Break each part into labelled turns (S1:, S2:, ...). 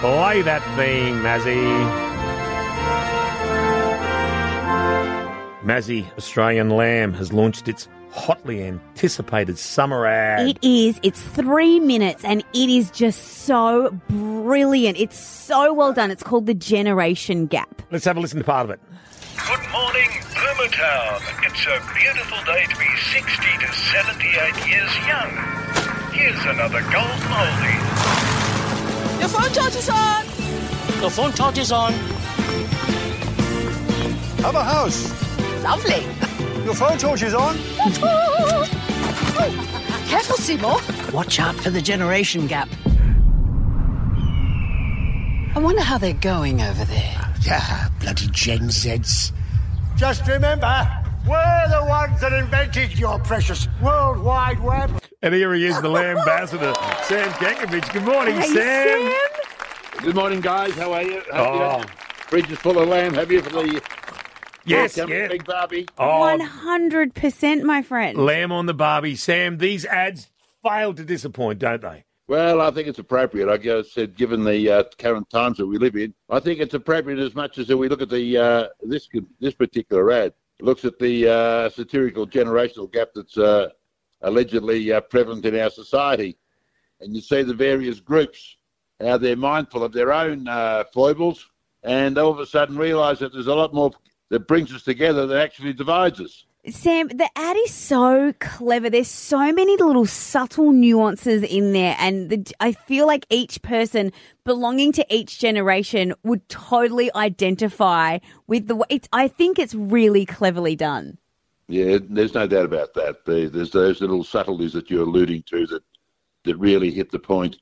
S1: Play that thing, Mazzy. Mazzy Australian Lamb has launched its hotly anticipated summer ad.
S2: It is. It's three minutes and it is just so brilliant. It's so well done. It's called The Generation Gap.
S1: Let's have a listen to part of it.
S3: Good morning, Town. It's a beautiful day to be 60 to 78 years young. Here's another gold molding.
S4: Your phone charge is on.
S5: Your phone charge is on.
S6: Have a house.
S4: Lovely.
S6: Your phone torch is on.
S4: Careful, Seymour.
S5: Watch out for the generation gap.
S4: I wonder how they're going over there.
S7: Yeah, bloody Gen Zs.
S6: Just remember, we're the ones that invented your precious World Wide Web.
S1: And here he is, the Lamb ambassador, Sam Gankovich. Good morning,
S2: Hey,
S1: Sam.
S8: Good morning, guys. How are you?
S1: Oh.
S8: Oh. Fridge is full of lamb. Have you for the
S1: Yes,
S8: Welcome,
S1: yeah.
S8: Big Barbie?
S1: Oh,
S2: 100%, my friend.
S1: lamb on the Barbie. Sam, these ads fail to disappoint, don't they?
S8: Well, I think it's appropriate. I guess said given the uh, current times that we live in, I think it's appropriate as much as we look at the uh, this this particular ad It looks at the uh, satirical generational gap that's uh, allegedly uh, prevalent in our society, and you see the various groups how they're mindful of their own uh, foibles, and all of a sudden realise that there's a lot more that brings us together than actually divides us.
S2: Sam, the ad is so clever. There's so many little subtle nuances in there. And the, I feel like each person belonging to each generation would totally identify with the way. It's, I think it's really cleverly done.
S8: Yeah, there's no doubt about that. The- There's those little subtleties that you're alluding to that that really hit the point.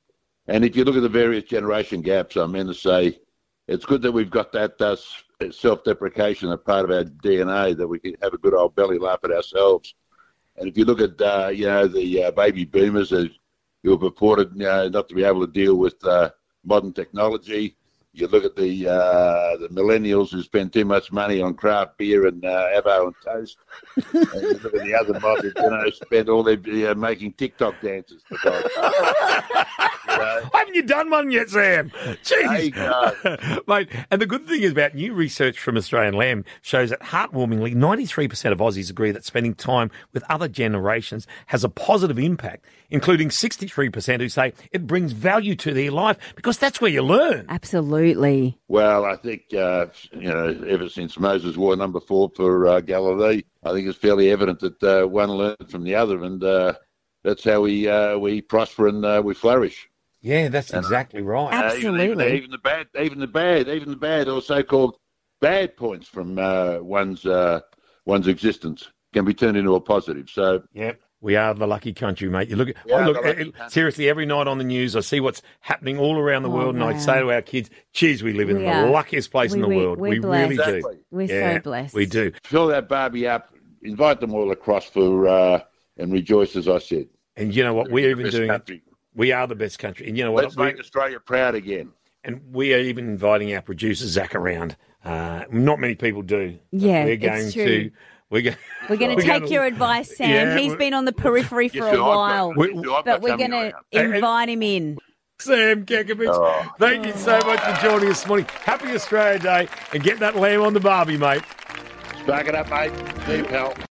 S8: And if you look at the various generation gaps, I'm meant to say it's good that we've got that uh, s- self-deprecation, a part of our DNA that we can have a good old belly laugh at ourselves. And if you look at uh, you know the uh, baby boomers as who are purported you know, not to be able to deal with uh, modern technology, you look at the uh, the millennials who spend too much money on craft beer and uh, avo and toast. And you look at the other mob that you know spend all their you know, making TikTok dances. For God. You know,
S1: Haven't you done one yet, Sam?
S8: there you
S1: Jeez.
S8: go.
S1: Mate, and the good thing is about new research from Australian Lamb shows that heartwarmingly, 93% of Aussies agree that spending time with other generations has a positive impact, including 63% who say it brings value to their life because that's where you learn.
S2: Absolutely.
S8: Well, I think uh, you know ever since Moses wore number four for uh, Galilee, I think it's fairly evident that uh, one learned from the other, and uh, that's how we uh, we prosper and uh, we flourish.
S1: Yeah, that's exactly right.
S8: Uh, even- even,
S2: Absolutely.
S8: even the bad, even the bad, even the bad, or so-called bad points from uh, one's uh, one's existence can be turned into a positive. So
S1: Yep. We are the lucky country, mate. You look, at
S8: We are
S1: I look
S8: the lucky
S1: it- it-
S8: country.
S1: seriously, every night on the news, I see what's happening all around the
S2: Oh,
S1: world, and
S2: wow.
S1: I say to our kids, "Geez, we live in
S2: We
S1: the
S2: are.
S1: luckiest place
S2: We-
S1: in the
S2: we-
S1: world.
S2: we're
S1: We really
S2: blessed.
S1: do.
S8: Exactly.
S2: We're
S1: Yeah,
S2: so blessed.
S1: We do.
S8: fill that Barbie up, invite them all across for uh, and rejoice, as I said.
S1: And you know what? We're even
S8: Best
S1: doing it.
S8: country.
S1: We are the best country. And you know what?
S8: Let's
S1: We-
S8: make Australia proud again.
S1: and we are even inviting our producer Zach around. Uh, not many people do. but
S2: Yeah,
S1: we're
S2: it's
S1: going
S2: true.
S1: to. We're going.
S2: We're going to
S1: We're
S2: take
S1: gonna-
S2: your advice, Sam.
S1: Yeah,
S2: He's
S1: we-
S2: been on the periphery for a while,
S1: We-
S2: but we're going to invite him in.
S1: Sam Kekovich,
S8: Oh.
S1: thank you so much for joining us this morning. Happy Australia Day, and get that lamb on the barbie, mate.
S8: Back it up, mate. See you, pal.